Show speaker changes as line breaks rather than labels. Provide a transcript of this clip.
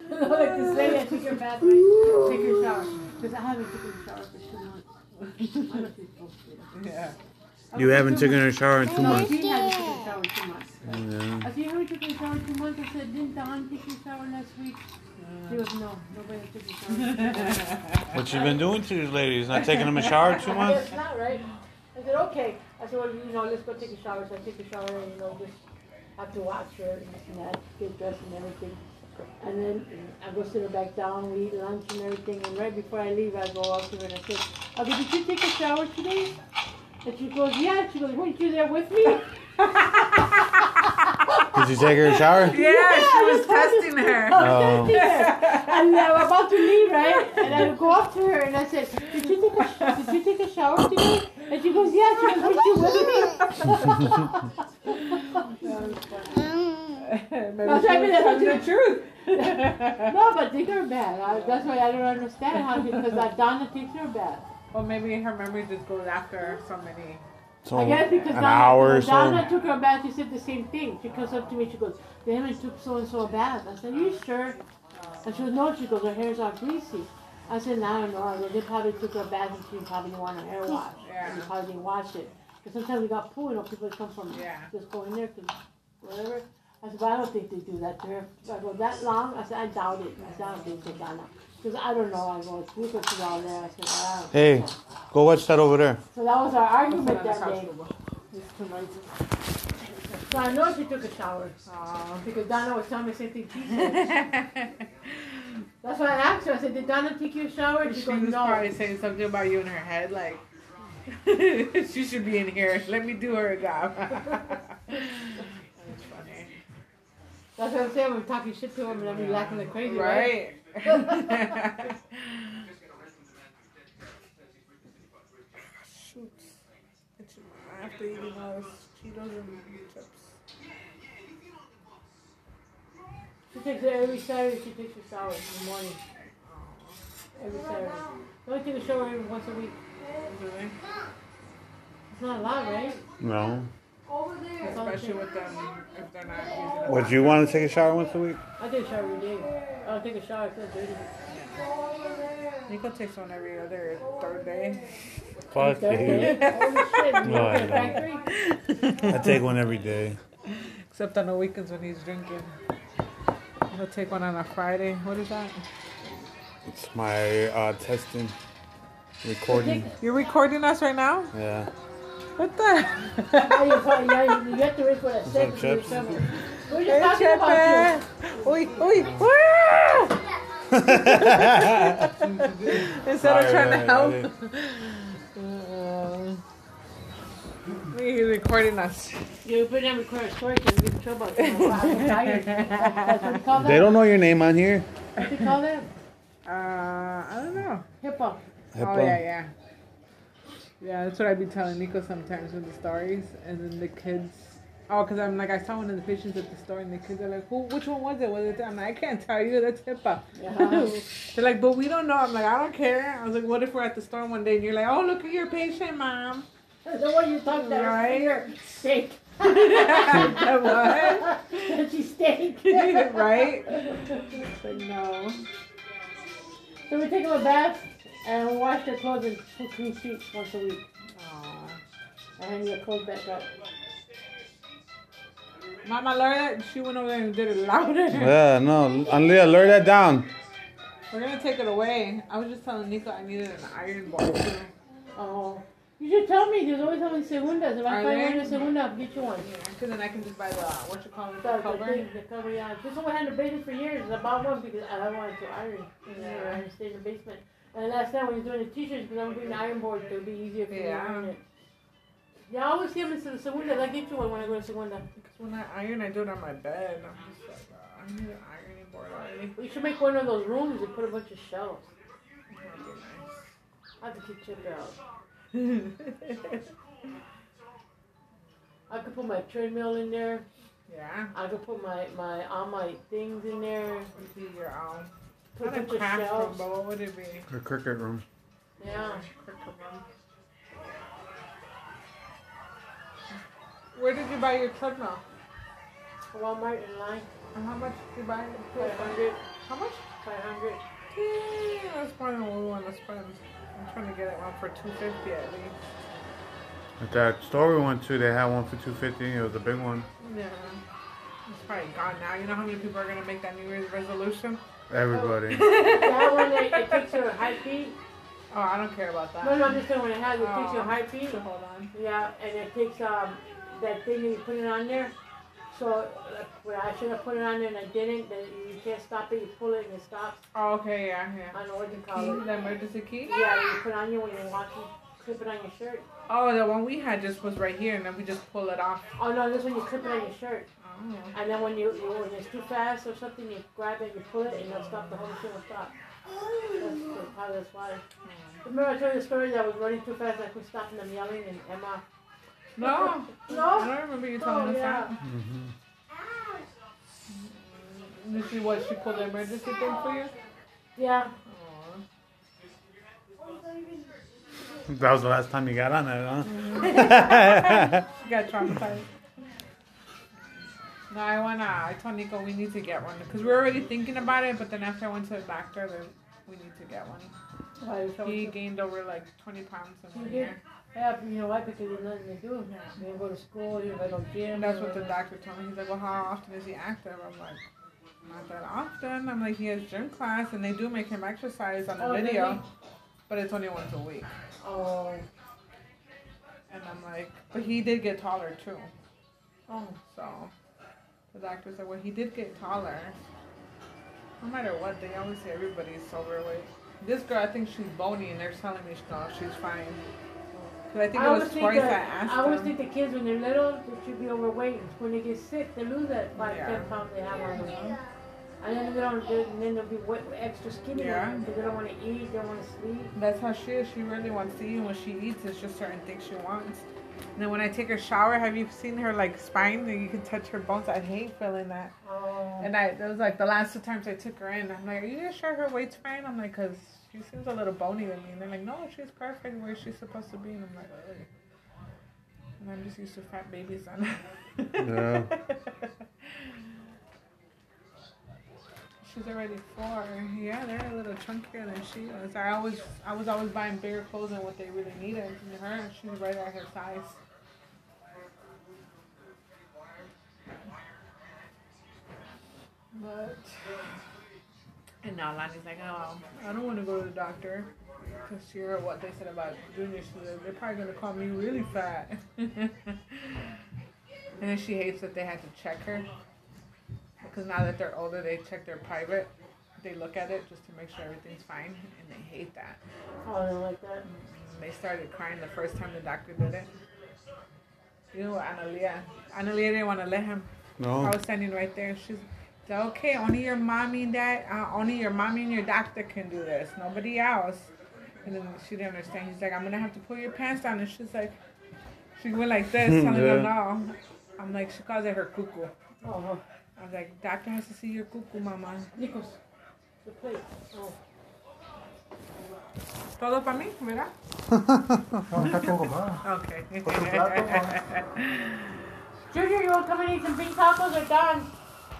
took your bath, right? Take your shower. Because I haven't taken a shower for two months. I must be posted.
Yeah.
You haven't taken a shower in two
No,
months.
Dean hasn't taken a shower in two months.
Yeah.
I said, you haven't taken a shower in two months. I said, didn't Don take a shower last week? She goes, no, nobody has taken a shower.
What you been doing to these ladies? Not taking them a shower in two months?
It's not right. I said, okay. I said, well, you know, let's go take a shower. So I take a shower and, you know, just have to watch her and this and that, get dressed and everything. And then I go sit her back down, we eat lunch and everything. And right before I leave, I go out to her and I said, okay, did you take a shower today? And she goes, yeah. She goes, weren't you there with me?
Did you take her a shower?
Yeah, she was
I told you.
testing her.
I was
Oh.
testing her. And I'm about to leave, right? And I go up to her and I said, did you take a, did you take a shower today? And she goes, yeah. She goes, weren't you with me? No, I
Maybe she
mean,
was
I
telling
don't-
the truth.
No, but take her bath. I, that's why I don't understand how because uh, Donna takes her bath.
well, maybe her memory just goes after so many.
So
I guess because
an
Donna,
hour or
when Donna
so.
took her bath. She said the same thing. She comes up to me. She goes, "They haven't took so and so a bath." I said, "You sure?" And she goes, "No." She goes, "Her hair's all greasy." I said, "No, I don't know." I go, "They probably took her bath and she probably wanted a hair wash.
Yeah.
She probably didn't wash it." Because sometimes we got pool, you know, people come from
Yeah.
just go in there to whatever. I said, but I don't think they do that to her. I go, that long? I said, I doubt it. I said, I don't think so, Donna. Because I don't know. I go, it's Luca down there. I said, I don't
Hey, go watch that over there.
So that was our argument
That's
that
how
day.
she was. Just to like-
So I know she took a shower.
uh,
Because Donna was telling me the same thing she said. That's why I asked her. I said, did Donna take you a shower? And she
she
goes,
was
no.
probably saying something about you in her head, like she should be in here. Let me do her job. That's funny,
That's what I'm saying. We're talking shit to him and I'm laughing like crazy, right?
right? Shoot, It's after eating all those Cheetos and chips.
She takes it every Saturday. She takes a shower in the morning. Every Saturday. They only take a shower every once a week.
Really?
It's not a lot, right?
No.
That's all I'm
Especially
saying.
with them if they're not using the
Would you want to take a shower once a week?
I take a shower every day. I don't take a shower. I feel dirty.
bathroom. Nico takes one every other third day.
Fuck
Dirty? Holy shit. You
No, I
work in a
don't.
factory?
I take one every day.
Except on the weekends when he's drinking. He'll take one on a Friday. What is that?
It's my uh, testing, recording.
You're recording us right now?
Yeah.
What the?
Now you find- now you- you have to wait for that second to
chips?
recover. We're
Hey,
just talking about
Chepe! Oi, oi, ah! Instead of
Sorry,
trying to
I- I
help.
didn't-
Uh, he's recording us.
you. You put down record a story because we in trouble. I'm tired. That's what we call
They
that.
don't know your name on here.
What do you call that?
Uh, I don't know.
Hippo.
Oh, yeah, yeah. Yeah, that's what I'd be telling Nico sometimes with the stories. And then the kids. Oh, because I'm like, I saw one of the pictures at the store, and the kids are like, Who, which one was it? Was it? I'm like, I can't tell you. That's HIPAA.
Yeah.
They're like, but we don't know. I'm like, I don't care. I was like, what if we're at the store one day and you're like, oh, look at your patient, mom.
The one you talked about.
Right.
Your steak.
what?
She steak.
right? Like, no.
So we take them a bath and wash their clothes and put clean sheets once a week.
Aw.
And hang your clothes back up.
Mama Laura, she went over there and did it louder.
Yeah, no. Anlia, lure that down.
We're gonna take it away. I was just telling Nico I needed an iron ball too.
Oh. You should tell me. There's always having segundas. If I
Are
find
there?
one in segunda, I'll get you one.
Because then I can just buy the what you call it, the
The, the,
cover.
thing, the cover, yeah. This one had in the basement for years. I bought one because I don't want it to iron. Yeah. I stayed in the basement. And last time when he was doing the t-shirts, because I'm doing the iron board, so it'll be easier for me to
Yeah.
iron it. Yeah, I always see them in the segunda. I get you one when I go to segunda.
Because when I iron, I do it on my bed. And I'm just like, oh, I need an ironing board already.
We should make one of those rooms and put a bunch of shelves.
That'd be nice.
I have to keep Chipper out. I could put my treadmill in there.
yeah.
I could put my, my all my things in there.
You do your own.
Put a
Not a
bunch of
craft room,
shelves.
but what would it be?
Her cricket room.
Yeah.
Where did you buy your treadmill?
Walmart in line.
And how much did you buy it for?
500.
How much?
500.
Yeah, that's probably what we want to spend. I'm trying to get it one for two fifty at least.
At that store we went to, they had one for two fifty. It was a big one.
Yeah. It's probably gone now. You know how many people are gonna make that New Year's resolution?
Everybody.
That one, it, it takes your high feet.
Oh, I don't care about that.
No, no, I'm just saying when it has, it takes your
Oh.
high feet.
So hold on.
Yeah, and it takes um that thing you put it on there. So like, well, I should have put it on there and I didn't. Then you can't stop it. You pull it and it stops.
Oh, okay, yeah, yeah.
I don't know what you call
Key,
it.
the emergency key.
Yeah, you put it on you when you're walking. Clip it on your shirt.
Oh, the one we had just was right here, and then we just pull it off.
Oh no, this one you clip it on your shirt.
Oh.
And then when you, you when it's too fast or something, you grab it, you pull it, and it'll stop. The whole thing will stop. That's the- probably that's why. Remember I told you the story that I was running too fast. I could stop and I'm yelling and Emma.
No, I
No.
don't remember you telling
Oh,
us
yeah.
that. You see what she pulled the emergency thing for you?
Yeah.
Oh.
that was the last time you got on it, huh?
She got traumatized. No, I wanna. I told Nico we need to get one because we were already thinking about it. But then after I went to the doctor, then we need to get one.
Why you
He
felt-
gained over like 20 pounds in one
Yeah.
year.
Yeah, you know why? Because there's nothing to do. You don't go to school. You don't go to gym.
And that's what the doctor told me. He's like, well, how often is he active? I'm like, not that often. I'm like, he has gym class, and they do make him exercise on the
Oh,
video,
really?
but it's only once a week.
Oh.
And I'm like, but he did get taller too.
Oh.
So the doctor said, well, he did get taller. No matter what, they always say everybody's overweight. This girl, I think she's bony, and they're telling me no, she's fine. 'Cause I think it was twice I
that,
asked
I always
them.
think the kids when they're little they should be overweight. When they get sick, they lose that five,
Yeah.
ten pounds they have on them. And then they don't. They, and then they'll be wet, extra skinny.
Yeah.
Because they don't want to eat. They don't want to sleep.
That's how she is. She really wants to eat. and When she eats, it's just certain things she wants. And then when I take a shower, have you seen her like spine? And you can touch her bones. I hate feeling that.
Oh.
And I that was like the last two times I took her in. I'm like, are you sure her weight's fine? I'm like, cause she seems a little bony to me. And they're like, no, she's perfect where she's supposed to be. And I'm like, really? And I'm just used to fat babies. And
Yeah.
She's already four. Yeah, they're a little chunkier than she was. I always, I was always buying bigger clothes than what they really needed. And her, she's right at her size. But and now Lonnie's like, oh, I don't want to go to the doctor because you're what they said about junior students. They're probably gonna call me really fat. and then she hates that they had to check her because now that they're older, they check their private. They look at it just to make sure everything's fine, and they hate that.
Oh, I don't like that.
They started crying the first time the doctor did it. You know, Analia. Analia didn't want to let him. I
no.
was standing right there. She's said, okay. Only your mommy and dad, uh, only your mommy and your doctor can do this. Nobody else. And then she didn't understand. He's like, I'm gonna have to pull your pants down. And she's like, she went like this, telling him no. I'm like, she calls it her cuckoo.
Oh.
I was like, doctor has to see your cuckoo, mama.
Nichols. The plate. Oh.
Todo para mí, mira.
No, ya tengo más.
Okay.
Otro plato, ma.
Junior, you want to come and eat some beef tacos? They're done.